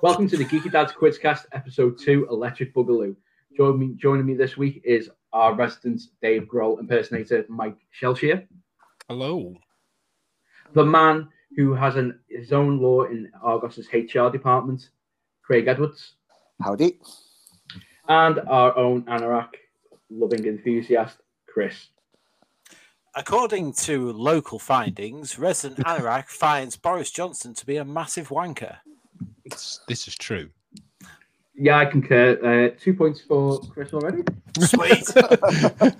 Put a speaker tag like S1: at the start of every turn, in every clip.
S1: Welcome to the Geeky Dads Quizcast, episode two, Electric Boogaloo. Join me, joining me this week is our resident Dave Grohl impersonator, Mike Shelshear,
S2: Hello.
S1: the man who has an, his own law in Argos's HR department, Craig Edwards,
S3: Howdy.
S1: and our own anorak loving enthusiast, Chris.
S4: According to local findings, resident Anorak finds Boris Johnson to be a massive wanker.
S2: This is true.
S1: Yeah, I concur. Uh, two points for Chris already.
S4: Sweet.
S1: And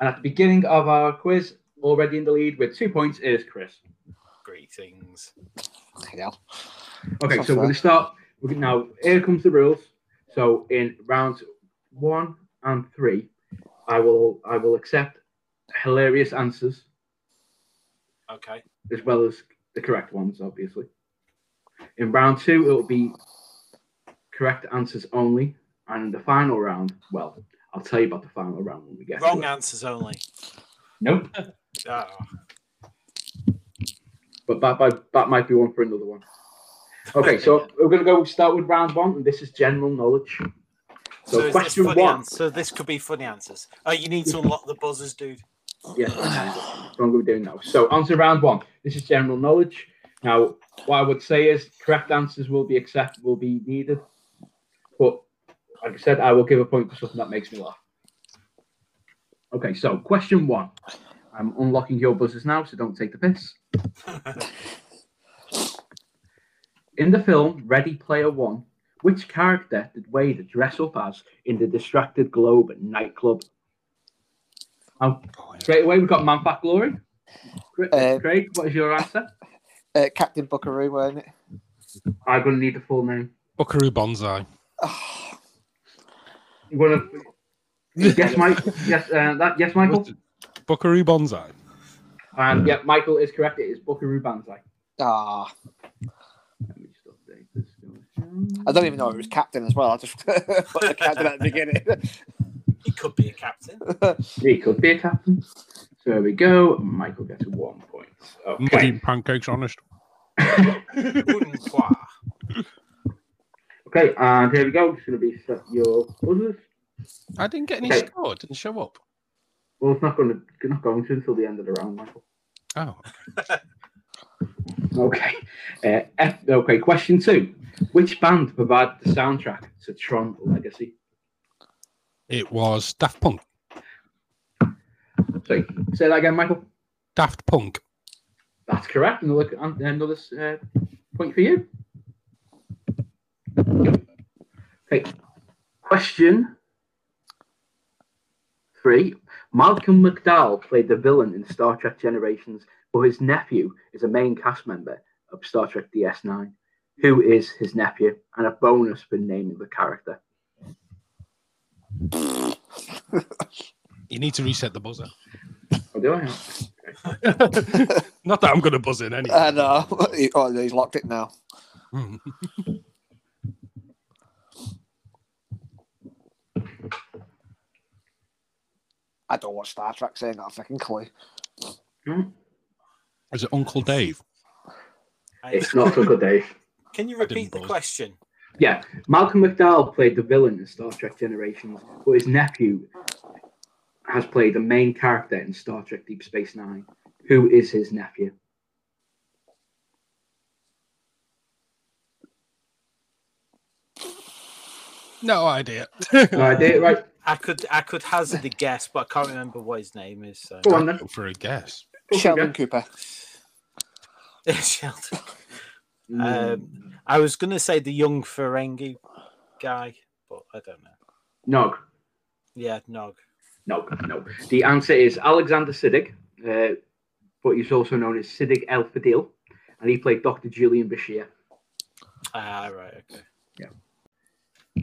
S1: at the beginning of our quiz, already in the lead with two points is Chris.
S4: Greetings.
S3: Yeah.
S1: Okay,
S3: That's
S1: so we're
S3: fair.
S1: going to start. We're gonna, now, here comes the rules. So in rounds one and three, I will I will accept hilarious answers
S4: Okay.
S1: as well as the correct ones, obviously. In round two, it will be correct answers only, and in the final round, well, I'll tell you about the final round when we get. to
S4: Wrong
S1: it.
S4: answers only.
S1: Nope.
S4: Oh,
S1: But that, that, that might be one for another one. Okay, so we're going to go start with round one, and this is general knowledge. So,
S4: is this
S1: question
S4: funny
S1: one.
S4: ans- So this could be funny answers. Oh, you need to unlock the buzzers, dude.
S1: Yeah, that's what we're doing now. So on to round one. This is general knowledge. Now, what I would say is correct answers will be accept will be needed. But like I said, I will give a point for something that makes me laugh. Okay, so question one. I'm unlocking your buzzers now, so don't take the piss. In the film Ready Player One, which character did Wade dress up as in the Distracted Globe nightclub? Um, Straight away, we've got Man Fat Glory. Cra-
S3: Uh,
S1: Craig, what is your answer?
S3: Uh, Captain Buckaroo, weren't it?
S1: I'm going to need the full name.
S2: Buckaroo Bonsai.
S3: Oh,
S1: I'm going to. Yes, Mike. Yes, uh, that. Yes, Michael.
S2: Buckaroo Bonsai.
S1: And Um, yeah, Michael is correct. It is Buckaroo Banzai.
S3: ah.
S1: Let me just update this.
S3: I don't even know it was Captain as well. I just put the Captain at the beginning.
S4: He could be a captain.
S1: He could be a captain. So there we go. Michael gets one point.
S2: Muddy
S1: Okay.
S2: and pancakes, honest.
S4: Wouldn't qua.
S1: Okay, and here we go. It's going to be set your buzzers.
S2: I didn't get any
S1: Okay.
S2: score. Didn't show up.
S1: Well, it's not going to not going to until the end of the round, Michael.
S2: Oh,
S1: Okay. Uh, F- okay, question two. Which band provided the soundtrack to Tron Legacy?
S2: it was Daft Punk.
S1: Sorry, say that again, Michael.
S2: Daft Punk.
S1: That's correct. Another, an- another uh, point for you. Okay. Question three. Malcolm McDowell played the villain in Star Trek Generations, but his nephew is a main cast member of Star Trek DS9. Who is his nephew? And a bonus for naming the character.
S2: You need to reset the buzzer.
S1: Oh, do I?
S2: Not that I'm going to buzz in anyway.
S3: I know. He- oh, no, he's locked it now.
S2: Hmm.
S3: I don't watch Star Trek, so I ain't got a fucking clue.
S2: Is it Uncle Dave?
S4: I-
S1: It's not Uncle Dave.
S4: Can you repeat the
S2: buzz.
S4: question?
S1: Yeah, Malcolm McDowell played the villain in Star Trek Generations, but his nephew has played the main character in Star Trek Deep Space Nine. Who is his nephew?
S2: No idea.
S1: No idea, right?
S4: I could I could hazard a guess, but I can't remember what his name is. So.
S1: Go on then.
S2: Go for a guess.
S3: Sheldon Cooper.
S4: Sheldon.
S1: Mm.
S4: Um, I was going to say the young Ferengi guy, but I don't know.
S1: no,
S4: Yeah, Nog.
S1: no, no. The answer is Alexander Siddig, uh, but he's also known as Siddig El Fadil, and he played Dr. Julian Bashir.
S4: Ah, right, okay.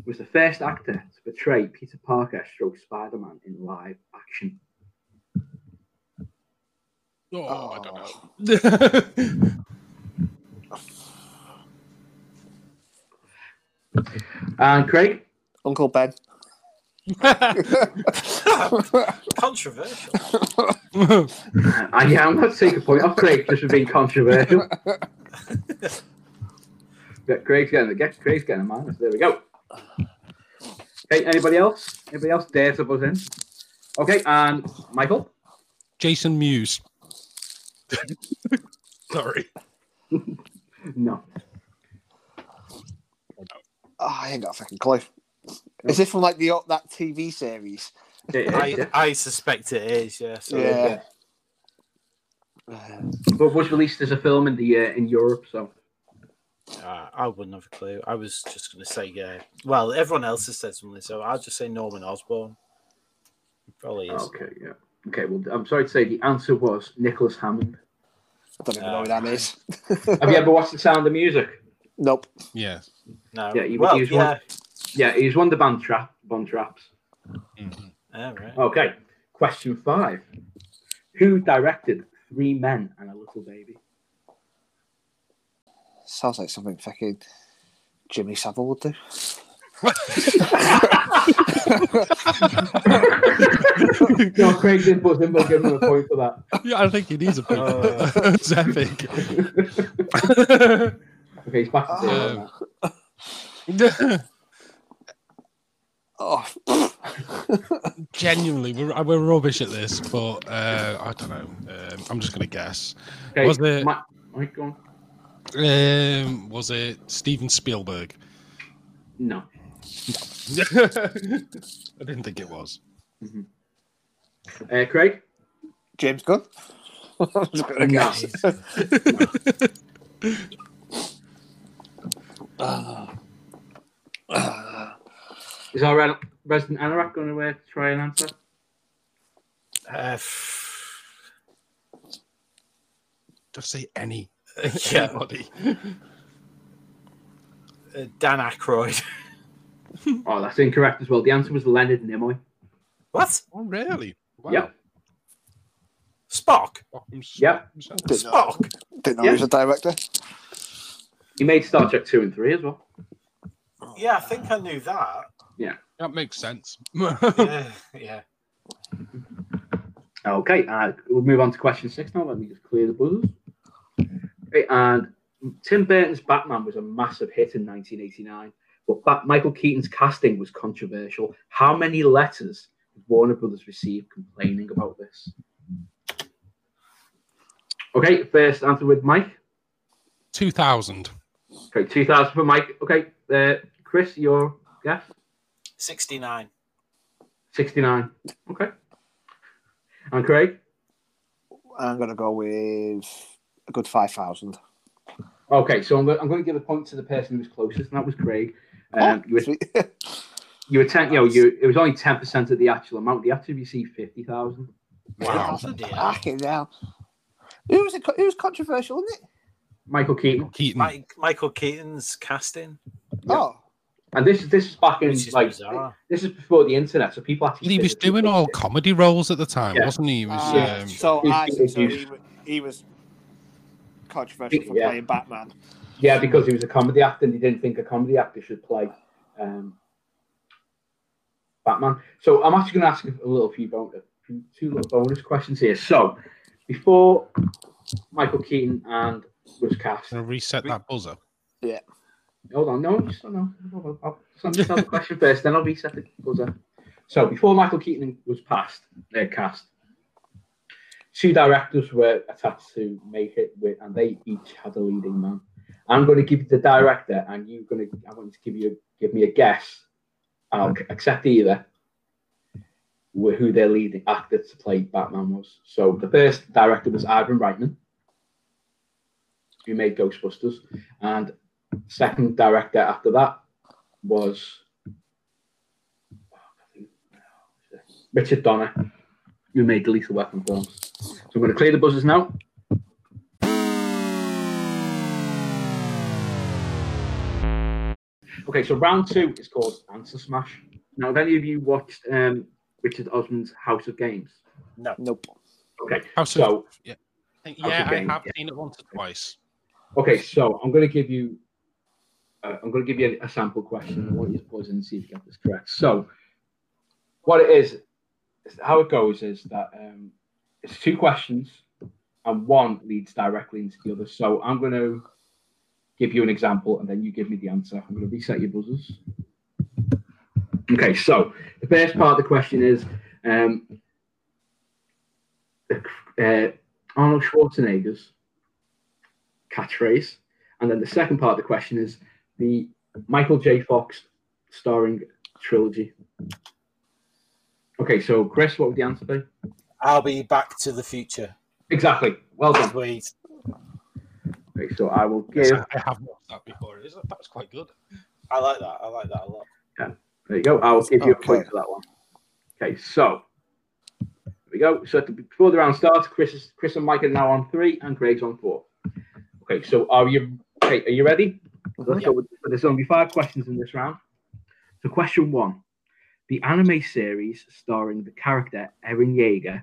S1: Was the first actor to portray Peter Parker, stroke Spider-Man, in live action.
S2: Oh, I
S3: Oh.
S2: don't know.
S1: And Craig,
S3: Uncle Ben.
S4: Controversial.
S1: Oh, I am going to take a point off Craig just for being controversial. Cra- Craig's getting the Craig's getting a minus. There we go. Okay, anybody else? Anybody else dare to buzz in? Okay, and Michael.
S2: Jason Mewes. Sorry.
S1: No.
S3: Oh, I ain't got a fucking clue. Is it from like the that TV series?
S1: Yeah, yeah,
S4: I,
S1: yeah.
S4: I suspect it is, yeah. So
S3: Yeah.
S1: But it was released as a film in the uh, in Europe, so
S4: uh, I wouldn't have a clue. I was just going to say, yeah. Well, everyone else has said something, so I'll just say Norman Osborn. Probably is.
S1: okay, yeah. Okay, well, I'm sorry to say the answer was Nicholas Hammond.
S3: I don't even know who that is.
S1: Have you ever watched The Sound of Music?
S3: Nope.
S2: Yeah.
S4: No.
S1: Yeah, he would
S4: well,
S1: use
S4: yeah.
S1: one. Yeah, he's one of the band trap, band traps.
S2: Mhm.
S4: Yeah, right.
S1: Okay, question five: Who directed Three Men and a Little Baby?
S3: Sounds like something fucking Jimmy Savile would do.
S1: no, Craig did buzz in, we'll give him a point for that.
S2: Yeah, I think he needs a big
S1: Oh,
S4: Uh.
S2: It's epic.
S1: Okay, he's back
S3: Ah.
S1: to zero.
S2: Um,
S1: now.
S3: Oh,
S2: Genuinely, we're, uh, we're rubbish at this, but uh, I don't know. Um, I'm just going to guess.
S1: Okay,
S2: Was it-
S1: Ma- Mike, go on.
S2: Um, was it Steven Spielberg?
S1: No.
S2: I didn't think it was.
S1: Uh, Craig?
S3: James Gunn. I'm just gonna
S1: No.
S3: guess.
S1: Is our re- resident Anorak going to uh, try and answer?
S4: Uh, f-
S2: Just say any.
S4: Yeah.
S2: Anybody.
S4: uh, Dan Aykroyd.
S1: Oh, that's incorrect as well. The answer was Leonard Nimoy.
S4: what?
S2: Oh, really? Wow. Oh,
S1: Yep.
S4: Spock?
S2: I'm so-
S1: Yep.
S2: I'm so-
S3: Didn't know,
S4: Spock?
S3: didn't know
S1: Yeah.
S3: he was a director.
S1: He made Star Trek 2 and 3 as well.
S4: Yeah, I think I knew that.
S2: That makes sense.
S4: Yeah, yeah.
S1: Okay, uh, we'll move on to question six now. Let me just clear the buzzers. Okay, and Tim Burton's Batman was a massive hit in 1989, but Bat- Michael Keaton's casting was controversial. How many letters did Warner Brothers receive complaining about this? Okay, first answer with Mike.
S2: 2000.
S1: Okay, 2000 for Mike. Okay, uh, Chris, your guess?
S4: 69.
S1: 69. Okay. And Craig?
S3: I'm gonna go with a good five thousand.
S1: Okay, so I'm, go- I'm going to give a point to the person who was closest, and that was Craig. Um,
S3: Oh,
S1: you, were, you were ten, you know, you it was only ten percent of the actual amount. You actually received fifty thousand.
S2: Wow.
S4: Yeah.
S3: Fucking hell. Who was it? co- Who was controversial, wasn't it?
S1: Michael Keaton,
S2: Keaton.
S4: Mike, Michael Keaton's casting,
S1: Yeah.
S3: Oh,
S1: and this is this is back in
S4: which is
S1: like
S4: bizarre.
S1: this is before the internet, so people actually
S2: he was
S1: physically
S2: doing all
S1: did it.
S2: comedy roles at the time,
S1: Yeah.
S2: wasn't he? He was,
S3: Ah,
S1: Yeah.
S2: um,
S3: so
S1: He's-
S3: I see. So
S1: he's-
S3: he, wa- he was controversial for
S1: Yeah.
S3: playing Batman.
S1: Yeah, because he was a comedy actor, and he didn't think a comedy actor should play um, Batman. So I'm actually going to ask a little few bonus, two little bonus questions here. So before Michael Keaton and was cast,
S2: gonna reset that buzzer.
S1: Hold on, no, just, no, no, no, no, I'll send you the question first, then I'll reset the buzzer. So before Michael Keaton was passed, uh, cast, two directors were attached to make it with, and they each had a leading man. I'm going to give you the director, and you're going to. I want you to give you give me a guess. and I'll accept either. wh- Who their leading actor to play Batman was. So the first director was Ivan Reitman, who made Ghostbusters, and second director after that was Richard Donner, who made the Lethal Weapon films. So I'm going to clear the buzzers now. Okay, so round two is called Answer Smash. Now, have any of you watched um, Richard Osman's House of Games?
S4: No.
S3: Nope.
S1: Okay,
S2: House of-
S1: so
S2: yeah,
S1: House
S2: yeah,
S1: of
S2: I
S1: Games,
S2: have
S1: yeah.
S2: seen it once or twice.
S1: Okay, so I'm going to give you, uh, I'm going to give you a, a sample question. I want you to pause in and see if you get this correct. So, what it is, is how it goes is that um, it's two questions, and one leads directly into the other. So I'm going to give you an example, and then you give me the answer. I'm going to reset your buzzers. Okay, so the first part of the question is um, uh, Arnold Schwarzenegger's catchphrase. And then the second part of the question is the Michael J. Fox starring trilogy. Okay, so Chris, what would the answer be?
S4: I'll be back to the future.
S1: Exactly. Well done.
S4: Sweet.
S1: Okay, so I will give.
S2: Yes, I I have watched that before. It is, that was quite good.
S4: I like that. I like that a lot.
S1: There you go. I will give you a
S3: Okay.
S1: point for that one. Okay, so there we go. So at the- before the round starts, Chris, is, Chris and Mike are now on three, and Greg's on four. Okay, so are you? Okay, are you ready? So
S3: Mm-hmm.
S1: Let's go. With, so there's only five questions in this round. So question one: the anime series starring the character Eren Yeager,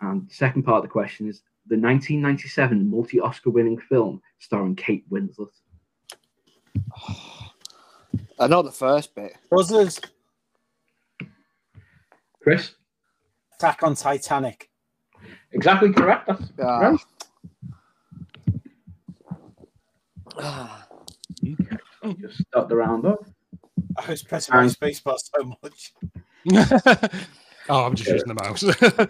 S1: and the second part of the question is the 1997 multi-Oscar-winning film starring Kate Winslet.
S3: I know the first bit.
S4: Buzzers,
S1: Chris,
S4: attack on Titanic.
S1: exactly correct. That's
S3: Ah.
S1: right.
S3: Ah.
S1: Just start the round up.
S4: I was pressing my
S1: And-
S4: spacebar so much.
S2: oh, I'm just
S1: Yeah.
S2: using the mouse.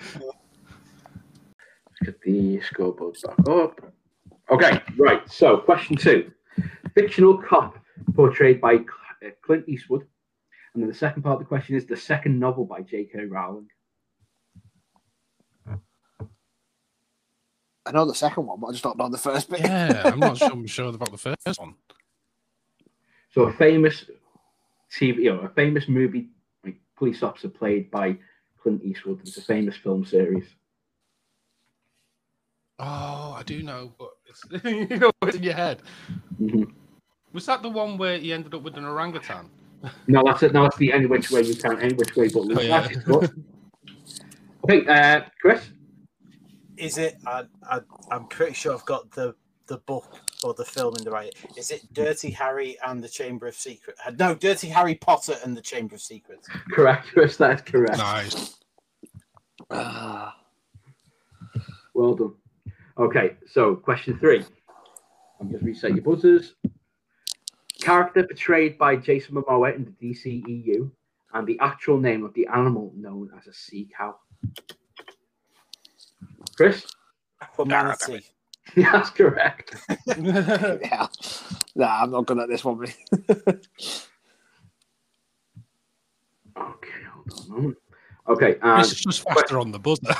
S1: Get the scoreboard back up. Okay, right. So, question two: fictional cop portrayed by Cl- uh, Clint Eastwood, and then the second part of the question is the second novel by J.K. Rowling.
S3: I know the second one, but I just don't know the first bit.
S2: yeah, I'm not sure, I'm sure about the first one.
S1: So, a famous TV, you know, a famous movie like, police officer played by Clint Eastwood. It's a famous film series.
S2: Oh, I do know, but it's, you know what's in your head.
S1: Mhm.
S2: Was that the one where he ended up with an orangutan?
S1: No, that's it. No, that's the any which way you can, any which way but loose.
S2: Oh, yeah.
S1: That's it, but- Okay, uh, Chris.
S4: Is it? I, I, I'm pretty sure I've got the the book or the film in the right. Is it Dirty Harry and the Chamber of Secrets? Uh, No, Dirty Harry Potter and the Chamber of Secrets.
S1: Correct, Chris. That is correct.
S2: Nice.
S3: Ah.
S1: Well done. Okay, so question three. I'm just reset your buzzers. Character portrayed by Jason Momoa in the DCEU and the actual name of the animal known as a sea cow. Chris?
S4: Aquamanity.
S1: That's correct.
S3: yeah. Nah, I'm not good at this one. mate.
S1: Okay, hold on a moment. Okay, and
S2: It's just faster on the buzzer.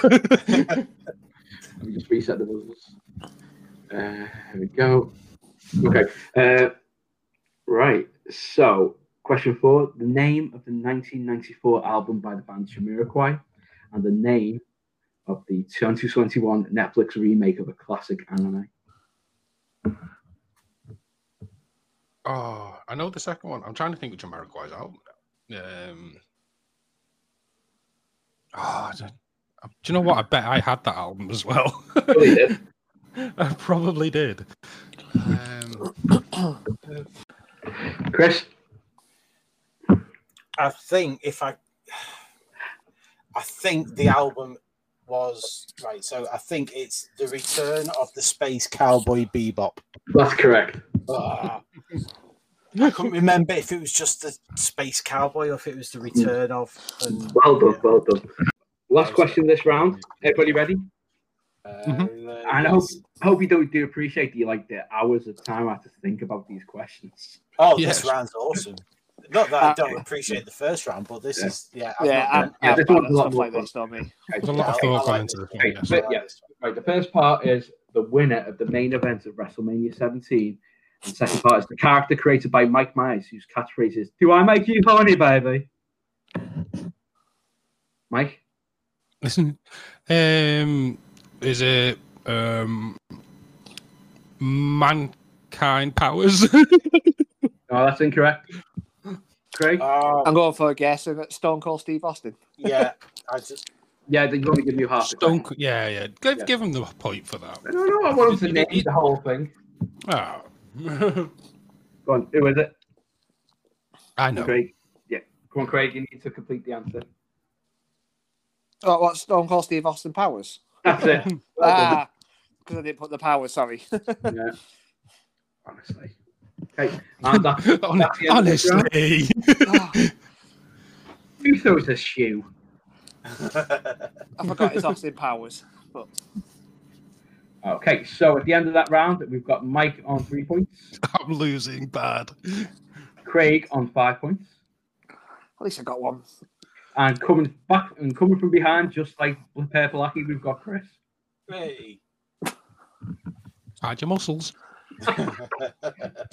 S1: let me just reset the buzzers. Uh, here we go. Okay. Uh, right. So, question four: the name of the 1994 album by the band Jamiroquai, and the name of the 2021 Netflix remake of a classic anime.
S2: oh, I know the second one. I'm trying to think which American's out. Um, oh, I don't- do you know what? I bet I had that album as well.
S1: Really did.
S2: I probably did. Um,
S1: Chris,
S4: I think if I, I think the album was right. So I think it's the return of the Space Cowboy Bebop.
S1: that's correct.
S4: Ah. I couldn't remember if it was just the Space Cowboy or if it was the return of. And,
S1: Well done. Well done. Last question this round. Everybody ready?
S4: uh,
S1: Mm-hmm. And I hope, I hope you don't do appreciate the like the hours of time I have to think about these questions.
S4: Oh,
S2: Yes.
S4: this round's awesome. Not that I don't appreciate the first round, but this
S1: Yeah.
S4: is yeah. I've
S3: Uh, Yeah,
S4: not
S3: I'm,
S4: done-
S1: Yeah,
S3: I'm
S1: this
S3: bad
S1: one's
S3: at
S1: a lot
S3: stuff
S1: more
S3: like
S1: fun.
S3: this, don't me.
S2: there's a lot of
S4: I
S2: thought
S4: like
S2: gone into
S4: this
S2: this
S4: one.
S2: one.
S1: Okay,
S2: Yes.
S1: but yeah, right. The first part is the winner of the main event of WrestleMania 17. And second part is the character created by Mike Myers, whose catchphrase is "Do I make you horny, baby?" Mike,
S2: Listen, um, is it um, mankind powers?
S1: oh, that's incorrect. Craig,
S2: Uh,
S4: Oh,
S3: I'm going for a guess and it's Stone Cold Steve Austin.
S4: yeah, I just
S1: yeah, they're going to give you half. the
S2: Stone,
S1: question.
S2: Co- yeah, yeah. Give,
S1: Yeah.
S2: give him the point for that.
S1: I don't know. I wanted to
S2: You-
S1: name
S2: you-
S1: the whole thing.
S2: Oh.
S1: Go on, who is it?
S2: I know.
S1: Craig. Yeah, come on, Craig. You need to complete the answer.
S3: Oh, what Stone Cold Steve Austin powers?
S1: That's it.
S3: Ah, because I didn't put the powers. Sorry.
S1: Yeah. Honestly, Okay, and that's
S2: Hon-
S1: that's the end of the round.
S2: Honestly.
S3: Ah,
S1: Who throws a shoe?
S3: I forgot his Austin Powers. But
S1: Okay, so at the end of that round, we've got Mike on three points,
S2: I'm losing bad.
S1: Craig on five points,
S3: at least I got one.
S1: and coming back and coming from behind, just like Purple Aki, we've got Chris.
S4: Hey.
S2: Hide your muscles.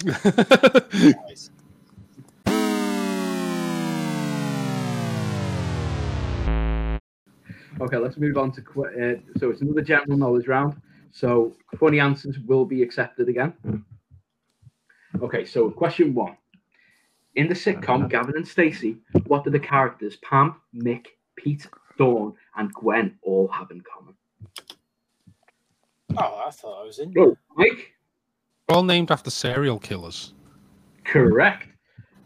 S4: Nice.
S1: Okay, let's move on to qu- uh, so it's another general knowledge round. So funny answers will be accepted again. Okay, so question one: In the sitcom Gavin and Stacey, what do the characters Pam, Mick, Pete, Dawn, and Gwen all have in common?
S4: Oh, I thought I was in.
S1: Oh, Mike,
S2: All named after serial killers.
S1: correct.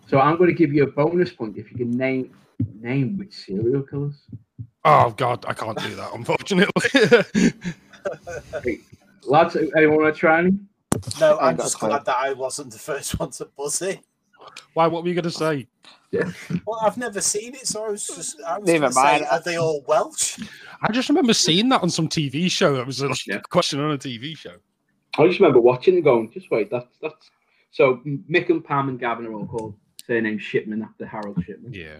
S1: So I'm going to give you a bonus point if you can name name which serial killers.
S2: Oh God, I can't do that, unfortunately.
S1: Lads, anyone want to try? Any?
S4: No,
S3: I
S4: I'm
S3: ain't got
S4: just
S3: a clue.
S4: glad that I wasn't the first one to buzz in.
S2: Why? What were you gonna say?
S4: Well, I've never seen it, so I was just. I was
S3: Never
S4: gonna say,
S3: mind.
S4: Are they all Welsh?
S2: I just remember seeing that on some TV show. That was a
S1: Yeah.
S2: question on a TV show.
S1: I just remember watching and going, just wait, that's that's. So Mick and Pam and Gavin are all called surname Shipman after Harold Shipman.
S2: Yeah.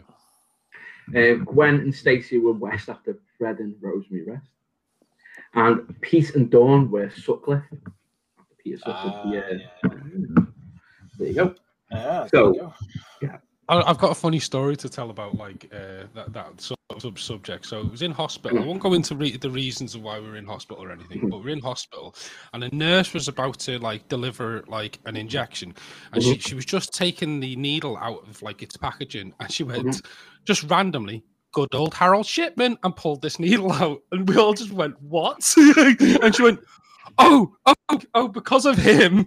S1: Um, Gwen and Stacey were West after Fred and Rosemary West. And Pete and Dawn were Sutcliffe after Peter Sutcliffe.
S4: Ah,
S1: yeah.
S4: yeah.
S1: There you go.
S4: Ah, there
S1: So-
S4: you go.
S2: I, I've got a funny story to tell about like uh, that that sub, sub subject. So it was in hospital. I won't go into re- the reasons of why we were in hospital or anything, but we we're in hospital, and a nurse was about to like deliver like an injection, and she, she was just taking the needle out of like its packaging, and she went just randomly. Good old Harold Shipman, and pulled this needle out, and we all just went, "What?" and she went, "Oh, oh, oh!" Because of him,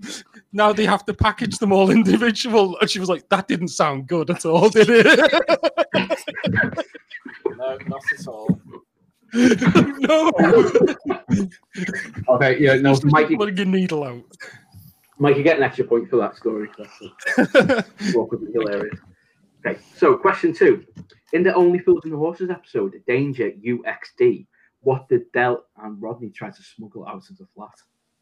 S2: now they have to package them all individual. And she was like, that didn't sound good at all, did it?
S4: No, not at all.
S2: no.
S1: Okay, yeah, no,
S2: Just
S1: Mike,
S2: putting a needle out.
S1: Mike, you get an extra point for that story. That's awkwardly hilarious. Okay, so question two. In the Only Fools and Horses episode, Danger UXD, what did Dell and Rodney try to smuggle out of the flat?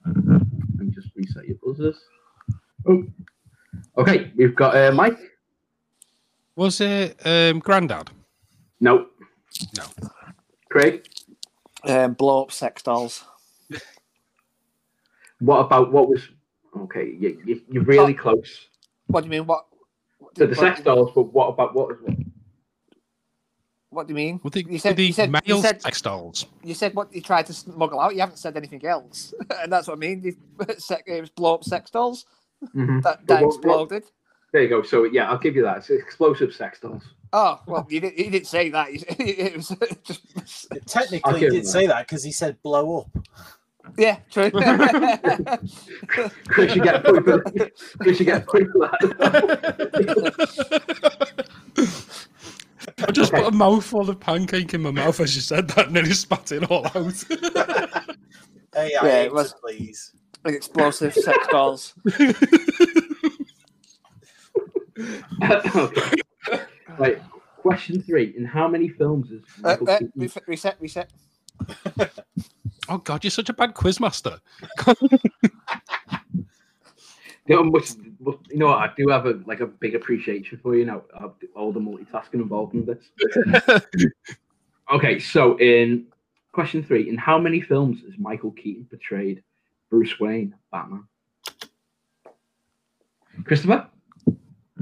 S1: Let me just reset your buzzers. Oh. Okay, we've got uh, Mike.
S2: was it um, Grandad?
S1: No.
S2: No.
S1: Craig,
S3: Um, blow up sex dolls.
S1: what about what was. Okay, you, you, you're really close
S3: What do you mean? What? What
S1: to
S3: do,
S1: the
S3: what,
S1: sex dolls, but what about what was what?
S3: what do you mean?
S2: Were they,
S3: You said-
S2: were they
S3: you said- you
S2: male
S3: said-
S2: sex dolls?
S3: You said what you tried to smuggle out. You haven't said anything else, and that's what I mean. The sex, it was blow up sex dolls
S1: Mhm.
S3: that,
S1: But
S3: that
S1: what- what-
S3: exploded.
S1: There you go. So, yeah, I'll give you that. It's explosive sex dolls.
S3: Oh well, you didn't, you didn't say that. You- It was just
S4: Technically,
S1: Okay,
S4: he did
S1: then.
S4: say that because he said blow up.
S3: yeah, true.
S1: Chris, you get a point for that. Chris, you get a point for that.
S2: I just put a mouthful of pancake in my mouth as you said that, and then he spat it all out.
S4: Hey, I
S3: Yeah,
S4: yeah,
S3: it was-
S4: please.
S3: Explosive sex dolls.
S1: right. Question three: In how many films is
S3: Uh,
S1: Michael
S3: uh,
S1: Keaton-
S3: reset, reset, reset.
S2: oh God, you're such a bad quizmaster.
S1: you know, much, much, you know what, I do have a like a big appreciation for you know uh, all the multitasking involved in this. okay, so in question three: In how many films is Michael Keaton portrayed Bruce Wayne, Batman? Christopher?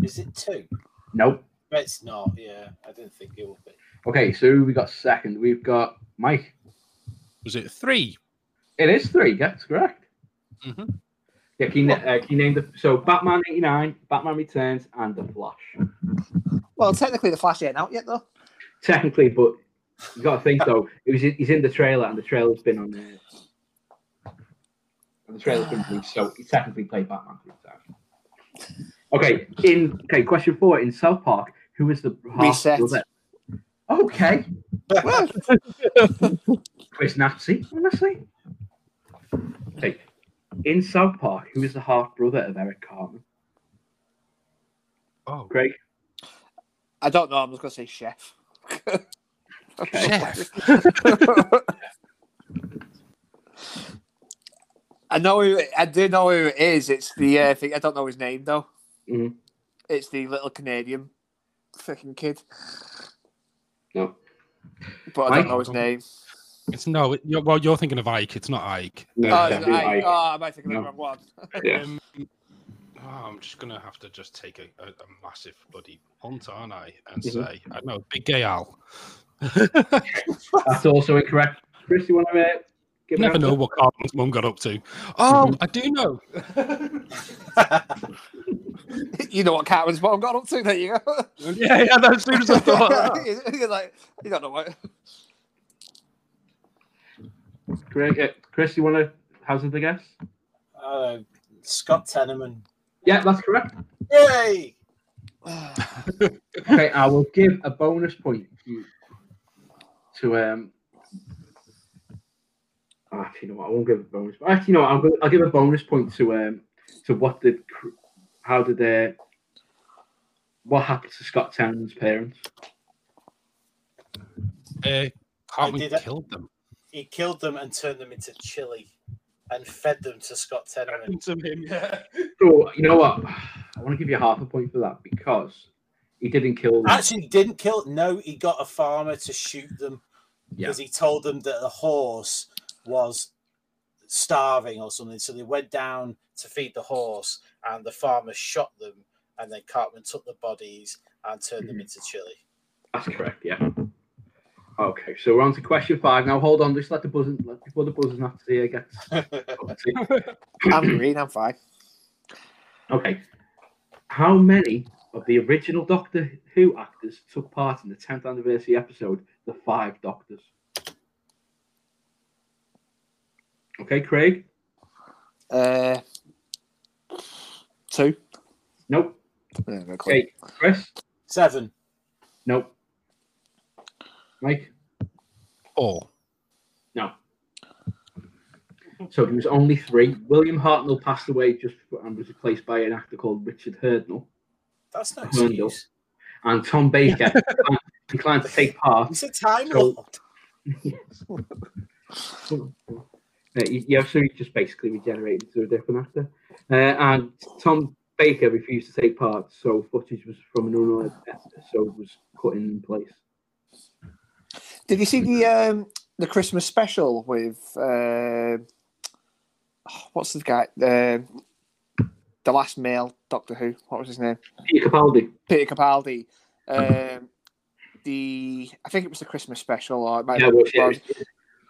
S4: Is it two?
S1: Nope.
S4: It's not. Yeah, I didn't think it would be.
S1: Okay, so who we got second. We've got Mike.
S2: Was it three?
S1: It is three. That's correct.
S2: Mhm.
S1: Yeah, he, na- uh, he named the, so Batman '89, Batman Returns, and The Flash.
S3: Well, technically, the flash ain't out yet though.
S1: Technically, but you got to think though. It was he's in the trailer, and the trailer's been on there. And the trailer's been released, so he technically played Batman three times. Okay, in okay, question four in South Park, who is the half
S3: Reset.
S1: brother? Okay,
S3: Well,
S1: Chris Nazi, honestly. Okay, in South Park, who is the half brother of Eric Cartman?
S2: Oh,
S1: Craig?
S3: I don't know. I'm just going to say chef.
S2: chef.
S3: I know who I do know who it is. It's the uh, thing. I don't know his name though.
S1: Mhm.
S3: It's the little Canadian freaking kid,
S1: No.
S3: but I don't
S1: Mike?
S3: know his name.
S2: It's no. It, you're, well, you're thinking of Ike. It's not Ike.
S1: No,
S3: oh,
S1: it's
S3: is it
S1: definitely
S3: Ike?
S1: Ike.
S3: Oh, I might think of the
S1: No.
S3: wrong one.
S1: Yeah.
S2: Um, oh, I'm just gonna have to just take a, a, a massive bloody hunt, aren't I? And
S3: Mm-hmm.
S1: Mhm.
S2: say, I know, Big Gay Al.
S1: That's also incorrect. Chris, you want to uh, give an
S2: You never
S1: answer?
S2: know what Carlton's mum got up to.
S3: Mm-hmm.
S2: Oh, I do know.
S3: you know what Cartman's mom got up to? There you go.
S2: Yeah, yeah. That's as soon as I thought. that.
S3: You're like, you don't know what.
S1: Craig, uh, Chris, you want to hazard a guess?
S4: Uh, Scott Teneman.
S1: Yeah, that's correct.
S4: Yay!
S1: Okay, I will give a bonus point to, to um. Actually, you know what? I won't give a bonus. Actually, no, I'll, go- I'll give a bonus point to um to what did Cr- how did uh what happened to Scott Townsend's parents?
S2: Uh, Cartman
S4: did that.
S2: killed them.
S4: He killed them and turned them into chili and fed them to Scott Teneman.
S2: To him, yeah.
S1: So you know what? I want to give you half a point for that because he didn't kill. Them.
S4: Actually, didn't kill. No, he got a farmer to shoot them
S1: Yeah.
S4: because he told them that the horse was starving or something. So they went down to feed the horse, and the farmer shot them. And then Cartman took the bodies and turned them into chili.
S1: That's correct. Yeah. Okay, so we're on to question five now. Hold on, just let the buzzer let, before the buzzer's not to uh, gets.
S3: I'm green. I'm fine.
S1: Okay. How many of the original Doctor Who actors took part in the 10th anniversary episode, The Five Doctors? Okay, Craig?
S3: Uh, two.
S1: Nope.
S3: Yeah, no clue.
S1: Okay, Chris?
S4: Seven.
S1: Nope. Mike?
S2: Four.
S1: No. So there was only three. William Hartnell passed away just before, and was replaced by an actor called Richard Hurdnell.
S4: That's no
S1: Hurdle.
S4: excuse.
S1: And Tom Baker declined to take part
S4: He's a time
S1: So-
S4: lord.
S1: Uh, y- yeah, so he just basically regenerated to a different actor. Uh, and Tom Baker refused to take part, so footage was from an unaired episode was cut in place.
S3: Did you see the um, the Christmas special with uh, what's the guy? Uh, the last male Doctor Who. What was his name?
S1: Peter Capaldi.
S3: Peter Capaldi. Um, the I think it was the Christmas special, or it might
S1: Yeah,
S3: have
S1: well,
S3: been-
S1: yeah,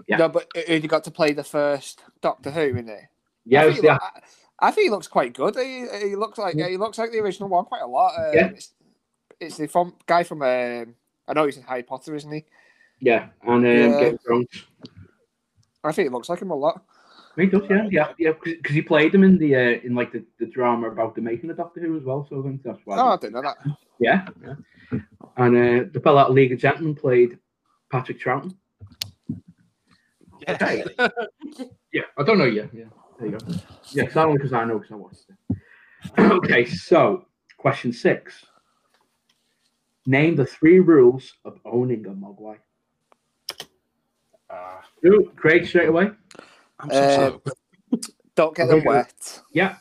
S1: yeah.
S3: No, but who who got to play the first Doctor Who in it?
S1: yeah, it
S3: I think,
S1: was
S3: he
S1: the,
S3: loo- I, I think he looks quite good. He, he looks like he looks like the original one quite a lot. Um,
S1: Yeah.
S3: it's, it's the from, guy from um, I know he's in Harry Potter, isn't he?
S1: yeah, and um,
S3: Yeah.
S1: Game of Thrones.
S3: I think he looks like him a lot.
S1: He does, yeah, yeah, yeah, because he played him in the uh, in like the, the drama about the making of Doctor Who as well. So I think that's why.
S3: Oh, I didn't know that.
S1: Yeah, yeah. And uh, the fella at League of Gentlemen played Patrick Troughton. Okay. yeah, I don't know yet. Yeah, there you go. Yeah, it's not only because I know because I watched it. okay, so question six. Name the three rules of owning a mogwai.
S4: Ah.
S1: Ooh, Craig, straight away.
S2: I'm
S3: Uh,
S2: so sorry.
S3: Don't get them
S1: Okay.
S3: wet.
S1: Yeah,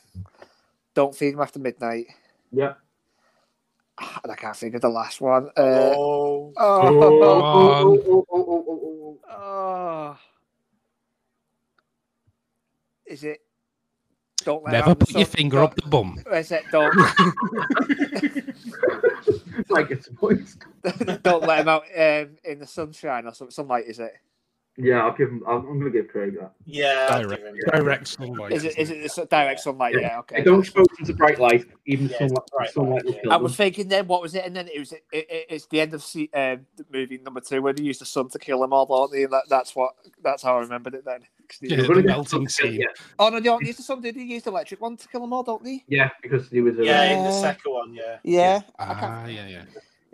S3: Don't feed them after midnight.
S1: yeah.
S3: Ah, And I can't think of the last one. Uh,
S4: oh,
S3: oh,
S1: oh, oh, oh, oh, oh, oh, oh.
S3: oh. Is it? Don't let
S2: Never
S3: out the
S2: put your
S3: sun-
S2: finger
S3: don't-
S2: up the bum.
S3: Is it don't
S1: It's like it's a voice.
S3: don't let them out um, in the sunshine or some sunlight? Is it?
S1: Yeah, I'll give him. I'm, I'm going to give Craig that.
S4: yeah. I'll give
S2: Direct.
S4: him that.
S2: Direct Oh, sunlight.
S3: Is it? Is it the su- direct sunlight?
S1: Yeah.
S3: Yeah.
S1: Hey,
S3: Okay.
S1: don't expose him to bright light. Even
S4: Yeah,
S1: sunlight,
S4: bright
S1: sunlight
S4: light,
S1: will
S4: yeah.
S1: kill
S3: I
S1: them.
S3: was thinking then, what was it? And then it was it, it, it's the end of se- um, movie number two where they used the sun to kill them all, don't they? And that, that's what that's how I remembered it then. 'Cause they-
S2: Yeah,
S1: We're gonna
S2: the
S1: get-
S2: melting scene.
S1: Yeah,
S3: Oh no, they don't use the sun. Did they use the electric one to kill them all? Don't they?
S1: yeah, because he was a.
S4: Yeah, in the
S3: Yeah.
S4: second one, yeah.
S3: Yeah. I can't-
S2: Ah, yeah, yeah.
S1: yeah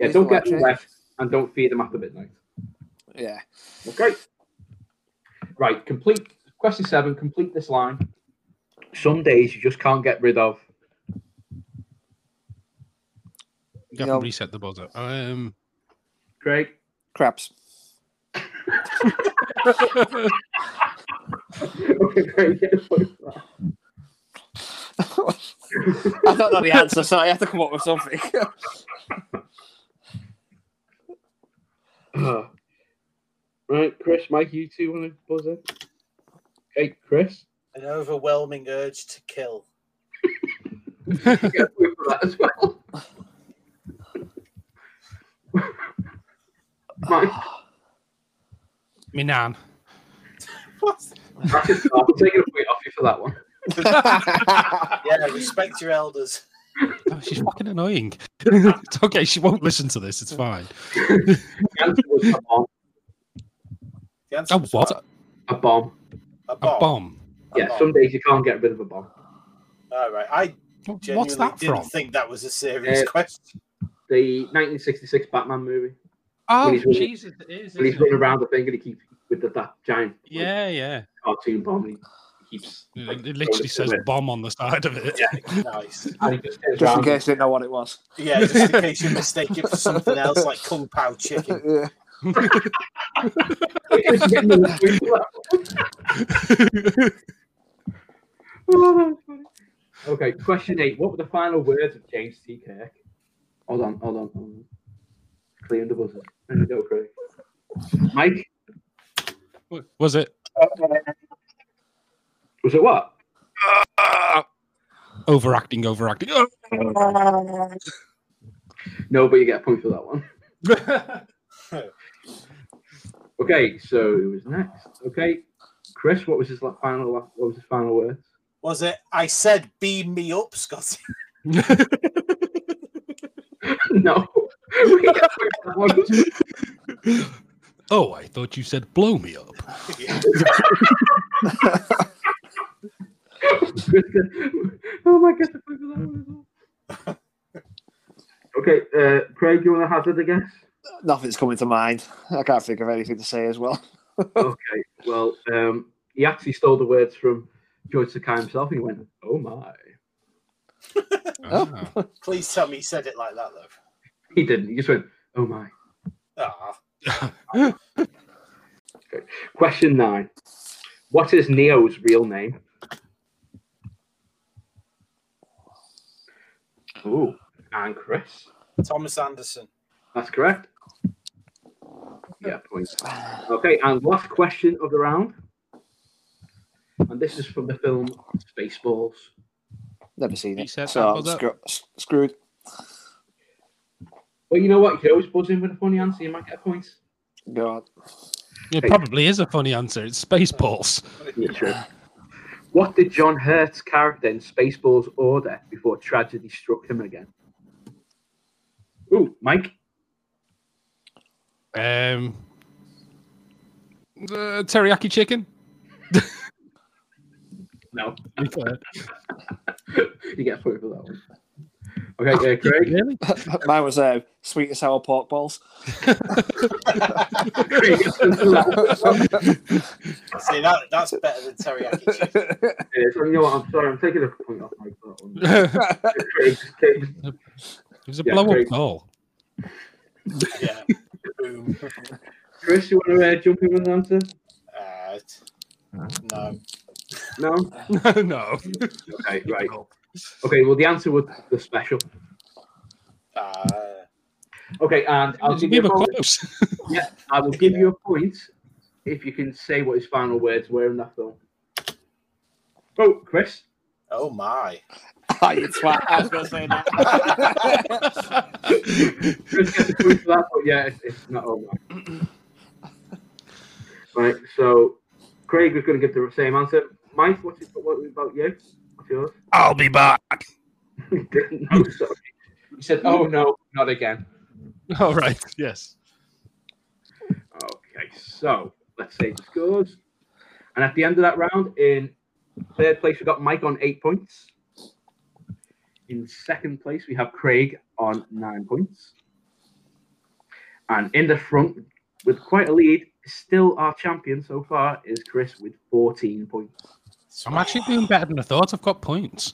S3: He's
S1: don't get them
S3: allergic.
S1: wet and don't feed them after midnight.
S3: Yeah.
S1: Okay. Right, complete question seven, complete this line. Some days you just can't get rid of.
S2: You haven't
S3: No.
S2: reset the buzzer. Um,
S1: Craig.
S3: Crabs.
S1: Okay, Craig, get the point for that.
S3: I don't know the answer, so I have to come up with something.
S1: Ah. right, Chris, Mike, you two want to buzz in? Okay, Chris.
S4: An overwhelming urge to kill.
S1: Get a point for that as well. Mike,
S2: me nan.
S1: that's it. I'm taking a point off you for that one.
S4: Yeah, respect your elders.
S2: Oh, she's fucking annoying. it's okay, she won't listen to this. It's fine.
S1: The answer was a bomb.
S4: The answer
S2: A
S4: was
S2: what?
S1: A bomb.
S4: A bomb.
S2: Oh, A bomb.
S4: A
S1: Yeah,
S4: bomb.
S1: some days you can't get rid of a bomb.
S4: All right. I genuinely
S2: What's that
S4: didn't
S2: from?
S4: think that was a serious
S1: Uh,
S4: question.
S1: The 1966 Batman movie.
S2: Oh,
S1: he's running-
S2: Jesus, it is.
S1: When he's
S2: isn't it?
S1: running around the thing and he keeps with the, that giant like,
S2: Yeah, yeah.
S1: cartoon bomb and he keeps. like,
S2: It-
S1: throwing
S2: It literally
S1: to
S2: says
S1: it.
S2: bomb on the side of it.
S4: nice.
S1: And he just turns
S3: Just in
S1: around.
S3: case you didn't know what it was.
S4: Yeah, just in case you mistake it for something else like kung pao chicken.
S3: Yeah.
S1: okay, question eight. What were the final words of James T. Kirk? Hold on, hold on. Hold on. Clearing the buzzer. There you go, Craig. Mike,
S2: Was it?
S1: was it what?
S2: Overacting, overacting.
S1: No, but you get a point for that one. Okay, so who was next? Okay, Chris, what was his la- final? la- What was his final words?
S4: Was it? I said, beam me up, Scotty.
S1: no. We get a point for that one.
S2: oh, I thought you said blow me up.
S1: oh my god, the point for that one as well. Okay, uh, Craig, you want to hazard a guess?
S3: Nothing's coming to mind. I can't think of anything to say as well.
S1: Okay, well, um, he actually stole the words from George Sakai himself. He went, "Oh my!"
S3: Oh.
S2: Ah.
S4: Please tell me he said it like that, though.
S1: He didn't. He just went, "Oh my."
S4: Ah,
S1: Question nine: What is Neo's real name? Ooh, and Chris.
S4: Thomas Anderson.
S1: That's correct. Yeah, points. Okay, and last question of the round. And this is from the film Spaceballs.
S3: Never seen
S2: He
S3: it.
S2: said
S3: So
S2: that, was it?
S3: screw- s- screwed.
S1: Well, you know what? You can always buzz in with a funny answer. You might get a point.
S3: Go on.
S2: It probably is a funny answer. It's Spaceballs.
S1: Yeah, true. What did John Hurt's character in Spaceballs order before tragedy struck him again? Ooh, Mike.
S2: Um, uh, teriyaki chicken.
S1: No, you get a point for that one. Okay, uh, Craig.
S2: Really?
S3: Mine was uh, sweet and sour pork balls.
S1: Craig gets a point for that one.
S4: See, that, that's better than teriyaki chicken.
S1: Uh, so you know what? I'm sorry. I'm taking a point off Mike for that one. Craig, Craig,
S2: It was a
S1: Yeah,
S2: blow
S1: great.
S2: up goal.
S4: Yeah. Boom.
S1: Chris, you want to uh, jump in with an answer?
S4: Uh, no.
S1: No.
S2: no.
S1: Okay, right. Okay, well, the answer was the special.
S4: Uh,
S1: Okay, and I'll give
S2: We
S1: you
S2: were
S1: a point.
S2: close.
S1: Yeah, I will give you a point if you can say what his final words were in that film. Oh, Chris.
S4: oh, my.
S3: Oh, you twat. I was going to say that.
S1: Chris gets a point for that, but yeah, it's, it's not all right. Right, so Craig was going to give the same answer. Mike, what's it, what about you? What's yours?
S2: I'll be back.
S1: no, sorry. He said, oh, no, not again.
S2: All right. Yes.
S1: Okay, so let's say the scores. And at the end of that round, in third place, we got Mike on eight points. In second place, we have Craig on nine points. And in the front, with quite a lead, still our champion so far is Chris with 14 points.
S2: I'm actually doing better than I thought. I've got points.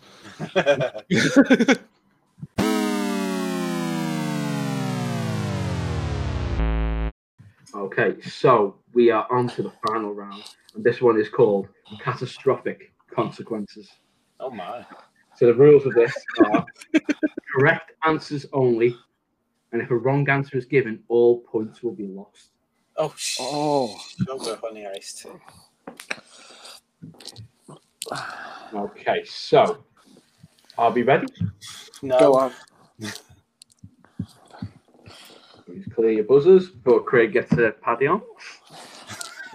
S1: Okay, so we are on to the final round, and this one is called Catastrophic Consequences.
S4: Oh my.
S1: So the rules of this are correct answers only, and if a wrong answer is given, all points will be lost.
S4: Oh, sh-
S3: Oh,
S4: don't go honey iced.
S1: Okay, so I'll be ready.
S4: No.
S3: go on.
S1: Please clear your buzzers, but Craig gets a paddy on.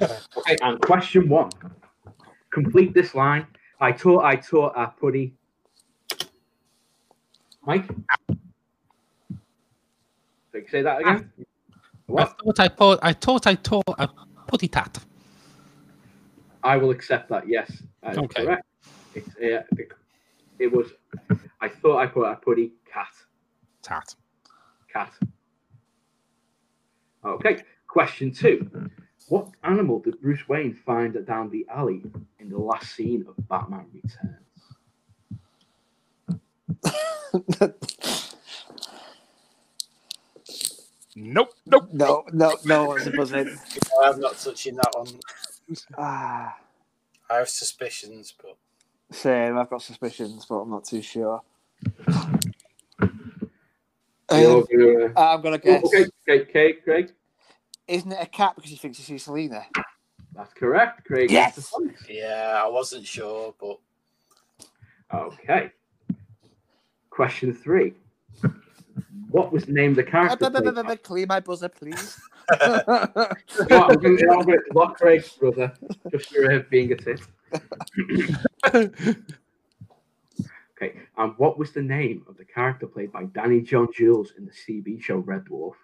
S1: okay, and question one. Complete this line. I taught, I taught a putty. Mike? Can you say that again?
S2: I thought I thought I thought I thought I put it at.
S1: I will accept that. Yes, that is
S2: Okay.
S1: correct. It's, uh, it, it was. I thought I put a putty cat.
S2: Tat.
S1: Cat. Okay. Question two. What animal did Bruce Wayne find down the alley in the last scene of Batman Returns?
S2: Nope. Nope.
S3: No, no, no, it's a buzzing.
S4: I'm not touching that one.
S3: Ah,
S4: I have suspicions, but
S3: same. I've got suspicions, but I'm not too sure.
S1: You're
S3: Um,
S1: gonna-
S3: I'm gonna
S1: Oh,
S3: guess.
S1: okay, okay, okay, Craig.
S3: Isn't it a cat because he thinks he sees Selena?
S1: That's correct. Craig. gets the
S3: Yes.
S1: point.
S4: yeah, I wasn't sure, but
S1: Okay. Question three. What was named the character? played by-
S3: Clear my buzzer, please.
S1: No, I'm going to block Craig's brother just for uh, being a tit. okay, and what was the name of the character played by Danny John Jules in the CB show Red Dwarf?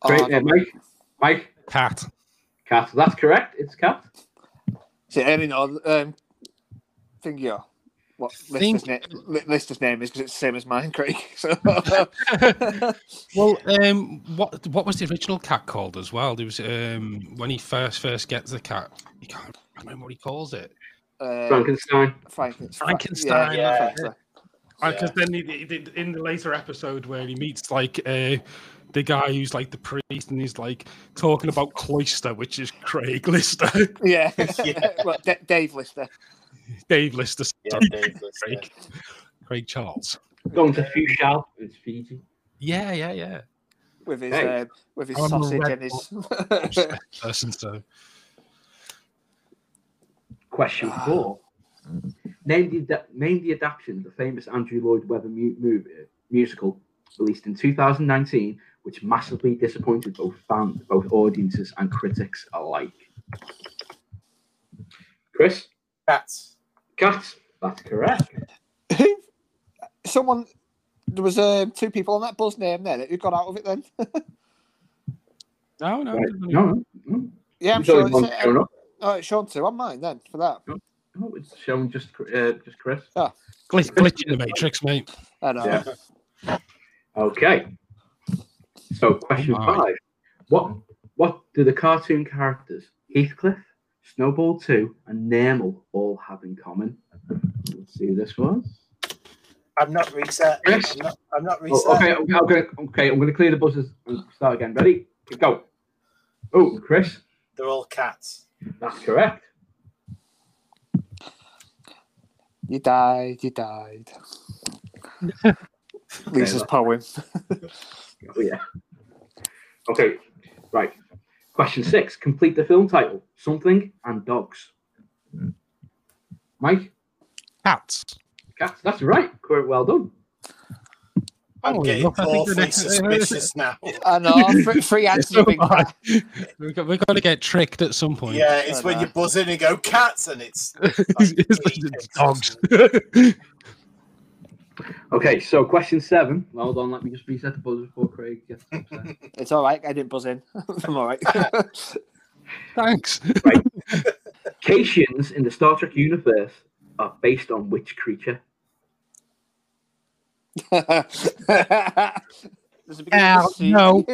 S1: Craig, uh, Mike, Mike,
S2: Cat.
S1: Cat. That's correct. It's Cat.
S3: See, I don't know. Um, think you what
S2: Think-
S3: lister's, na- li- lister's name is because it's the same as mine, Craig. So uh,
S2: Well, um, what what was the original cat called as well? There was um when he first first gets the cat, he can't remember what he calls it.
S3: uh,
S1: Frankenstein.
S3: Franken-
S2: Frankenstein,
S4: yeah.
S3: Frankenstein.
S2: Because Uh, then he, he did in the later episode where he meets like uh, the guy who's like the priest and he's like talking about cloister, which is Craig Lister,
S3: Yeah.
S4: Yeah.
S3: well, D- Dave Lister.
S2: Dave Lister,
S4: yeah,
S2: sorry,
S4: Dave was there.
S2: Craig, Craig Charles.
S1: Going to Fushal. It's Fiji.
S2: Yeah, yeah, yeah.
S3: with his
S1: Hey.
S3: uh, with his
S2: I'm a
S3: sausage
S2: red
S3: and his.
S2: Person, so
S1: Question four. Name the, ad- name the adaptation of the famous Andrew Lloyd Webber mu- movie, musical released in 2019, which massively disappointed both fans, both audiences and critics alike. Chris,
S4: Cats.
S1: Cats, that's correct.
S3: Who? Someone. There was um, two people on that buzz name there. Who got out of it then?
S2: no, no,
S1: Right.
S2: no, no.
S1: No, no,
S3: yeah, I'm
S1: there's only
S3: sure.
S1: one
S3: It's,
S1: showing
S3: uh,
S1: up.
S3: oh, it's Sean two on mine then for that.
S1: No, it's showing just uh, just Chris.
S2: Glitch, glitch in the matrix, mate.
S3: I know.
S1: Yeah. Okay. So, question
S2: All
S1: five:
S2: right.
S1: What what do the cartoon characters Heathcliff, Snowball Two, and Nermal all have in common? Let's see who this was.
S4: I'm not reset.
S1: Yes.
S4: I'm not, I'm not reset.
S1: Oh, okay, okay, I'm gonna, okay, I'm going to clear the buzzers and start again. Ready? Go. Oh, Chris,
S4: They're all cats.
S1: that's correct.
S3: You died. You died. Lisa's
S1: well.
S3: poem.
S1: Oh yeah. Okay, right. Question six: Complete the film title: Something and Dogs. Mike,
S2: Cats.
S1: cats. That's right. Correct. Well done.
S4: I'm
S2: Oh,
S4: getting
S2: look, I think the
S4: awfully
S2: next-
S4: suspicious now.
S3: I know. Free, free answers
S2: So
S3: have been
S2: am I.
S3: got.
S2: We're go- we're going to get tricked at some point.
S4: Yeah, it's
S3: I
S4: when
S3: know.
S4: you buzz in and go cats, and it's,
S2: It's- it's
S4: three
S2: like
S4: ticks.
S2: dogs.
S1: Okay, so question seven. Hold on, let me just reset the buzzer before Craig gets upset.
S3: It's all right. I didn't buzz in. I'm all right.
S2: Thanks.
S1: Cations in the Star Trek universe are based on which creature?
S3: There's a big
S2: Ow, no.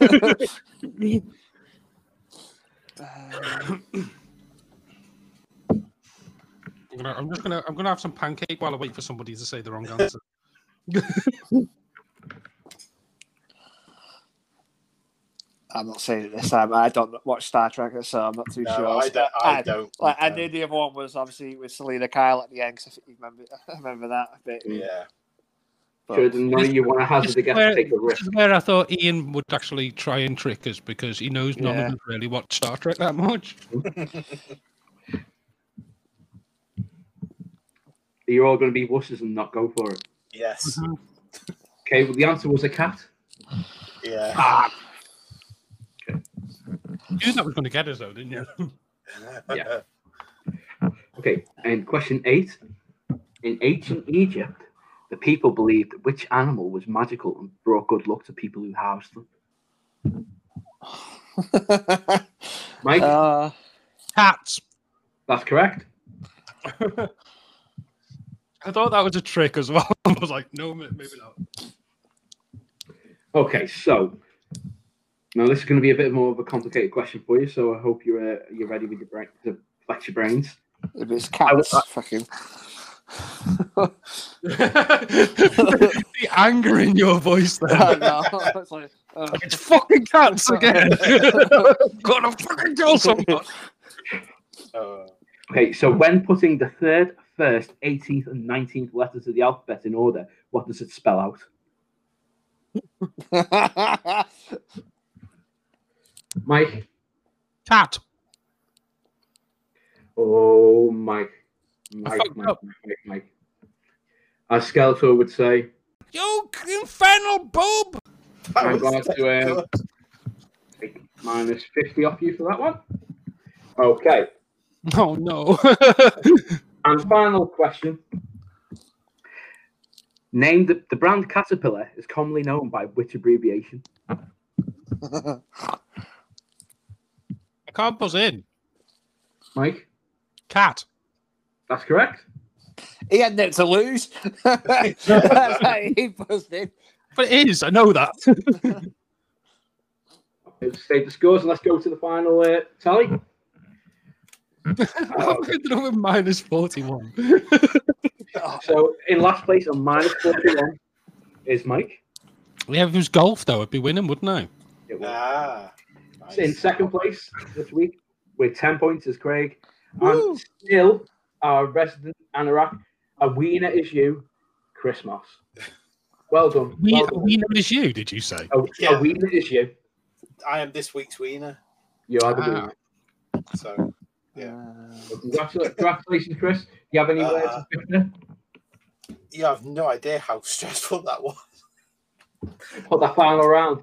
S3: Uh,
S2: I'm, gonna, I'm just gonna I'm gonna have some pancake while I wait for somebody to say the wrong answer.
S3: I'm not saying it this time. I don't watch Star Trek, so I'm not too
S4: No,
S3: sure.
S4: I don't. I don't.
S3: Like I
S4: No.
S3: knew the other one was obviously with Selena Kyle at the end. 'cause I think you remember, I remember that a bit.
S4: Yeah.
S3: but-
S1: Jordan, knowing you want to
S2: This
S1: hazard a
S2: is
S1: guess,
S2: where-
S1: take a
S2: this
S1: risk.
S2: is where I thought Ian would actually try and trick us because he knows none
S3: Yeah.
S2: of us really watch Star Trek that much.
S1: You're all going to be wusses and not go for it.
S4: Yes.
S2: Mm-hmm.
S1: Okay, well, the answer was a cat.
S4: Yeah.
S1: Ah,
S2: You knew that was going to get us though, didn't you?
S1: Yeah. Okay, and question eight. In ancient Egypt, the people believed which animal was magical and brought good luck to people who housed them. Mike,
S3: uh,
S2: Cats.
S1: that's correct.
S2: I thought that was a trick as well. I was like, no, ma- maybe not.
S1: Okay, so now this is going to be a bit more of a complicated question for you. So I hope you're uh, you're ready with your brain to flex your brains.
S3: if it's cats,
S1: I-
S3: fucking.
S2: the anger in your voice
S3: I
S2: there.
S3: know. It's like, uh,
S2: It's fucking cats again. Gotta fucking kill someone.
S4: Uh,
S1: Okay, so when putting the third, first, 18th, and 19th letters of the alphabet in order, what does it spell out? Mike.
S2: Cat.
S1: Oh, Mike. Mike,
S2: fucked
S1: Mike,
S2: up.
S1: Mike, Mike, Mike. As Skeletor would say,
S2: You infernal boob.
S4: that
S1: I'm
S4: was-
S1: glad to, uh, take minus 50 off you for that one. Okay,
S2: Oh no.
S1: and final question. Name the, the brand Caterpillar is commonly known by which abbreviation?
S2: I can't buzz in.
S1: Mike,
S2: Cat.
S1: that's correct.
S3: he had nothing to lose. That's how he busted.
S2: But it is. I know that.
S1: Let's save the scores and let's go to the final uh, tally.
S2: I'm ended up with minus 41.
S1: So in last place on minus 41 is Mike.
S2: yeah, if it was golf, though, I'd be winning, wouldn't I?
S1: It was-
S4: Ah.
S1: In
S4: Nice.
S1: second place this week with 10 points is Craig.
S3: Woo.
S1: And still our resident Anorak, a wiener is you, Chris Moss. Well done.
S2: We,
S1: well done.
S2: we know it's you, did you say?
S1: A,
S4: Yeah.
S1: a wiener is you.
S4: I am this week's wiener.
S1: You are the
S2: Ah.
S1: wiener.
S4: So
S1: Well, Congratulations, congratulations, Chris. Do you have any words
S4: Uh,
S1: of Twitter?
S4: you have no idea how stressful that was.
S1: for the final round?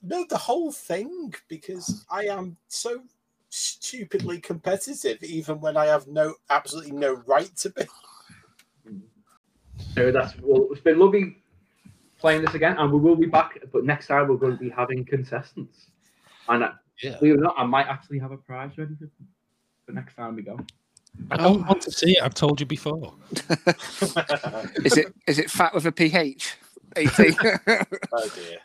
S4: No, the whole thing because I am so stupidly competitive, even when I have no absolutely no right to be.
S1: So that's well, it's been lovely playing this again, and we will be back. But next time we're going to be having contestants, and I,
S2: Yeah.
S1: believe it or not, I might actually have a prize ready for, for next time we go.
S2: I don't want to see it. I've told you before.
S3: Is it is it fat with a pH? 18.
S4: oh dear.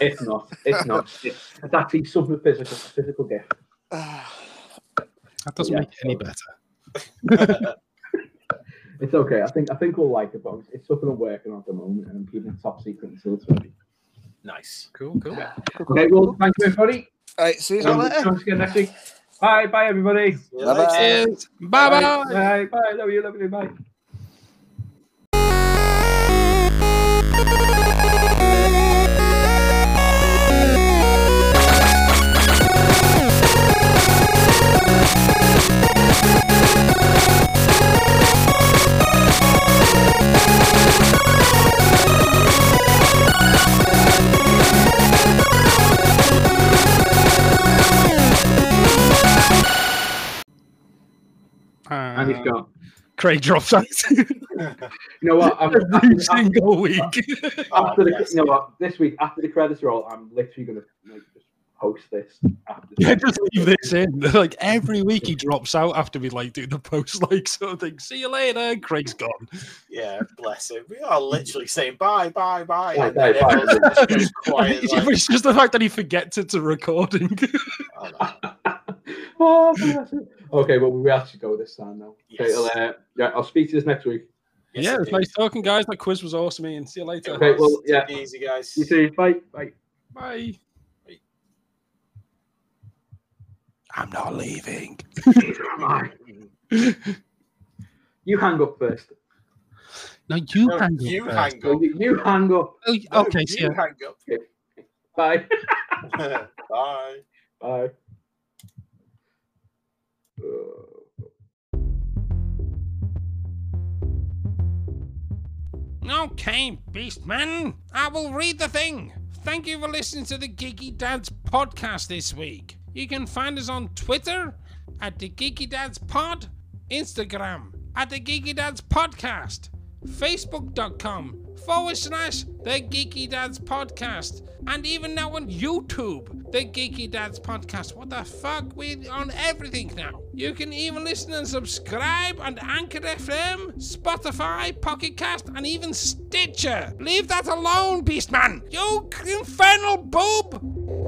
S1: If not, if not, it's, it's actually something physical, a physical gift.
S2: That doesn't
S1: Yeah.
S2: make it any better.
S1: It's okay. I think I think we'll like it, but it's- it's something I'm working on at the moment, and I'm keeping it top secret until it's ready.
S4: Nice.
S2: Cool, cool.
S1: Okay, well, thank you everybody.
S3: All right, see you
S1: Um,
S3: later.
S1: thanks again next week. Bye, bye everybody.
S3: Bye-bye.
S2: Cheers. Bye bye.
S1: bye, bye. Love you, love you, bye. And
S2: Uh,
S1: he's gone.
S2: Craig drops out
S1: You know what? I'm,
S2: every single week.
S1: after the,
S4: yes.
S1: you know what, this week after the credits roll, I'm literally gonna like just post this. After
S2: Yeah, just leave this in. Like every week, he drops out after we like do the post like sort of thing. See you later. Craig's gone.
S4: Yeah, bless it. We are literally saying bye, bye, bye.
S1: Bye,
S4: and then
S1: bye, bye.
S4: everyone's just goes quiet,
S2: it's,
S4: like,
S2: just the fact that he forgets it's a recording.
S4: oh, no.
S1: Oh, bless it. okay, well we have to go this time now. Okay,
S4: Yes.
S1: I'll, uh, yeah, I'll speak to this next week.
S4: Yes,
S2: yeah, it's
S4: indeed.
S2: nice talking, guys. That quiz was awesome. Ian. See you later.
S1: Okay, well, yeah.
S4: Take it easy, guys.
S1: You too. Bye. Bye.
S2: Bye. I'm not leaving.
S1: You hang up first.
S2: No, you
S4: No,
S2: hang up.
S4: you
S2: first.
S4: hang
S1: So
S4: up.
S1: you, you hang up.
S2: Oh, y-
S4: No,
S2: okay, so
S4: you
S2: yeah.
S4: hang
S1: Bye.
S4: up. Bye.
S1: Bye. Uh,
S2: Okay, Beastman, I will read the thing. Thank you for listening to the Geeky Dads podcast this week. You can find us on Twitter at the Geeky Dads Pod, Instagram at the Geeky Dads Podcast, Facebook.com forward slash the Geeky Dads Podcast, and even now on YouTube, the Geeky Dads Podcast. What the fuck? We're on everything now. You can even listen and subscribe on Anchor FM, Spotify, Pocket Cast, and even Stitcher. Leave that alone, Beastman. You infernal boob!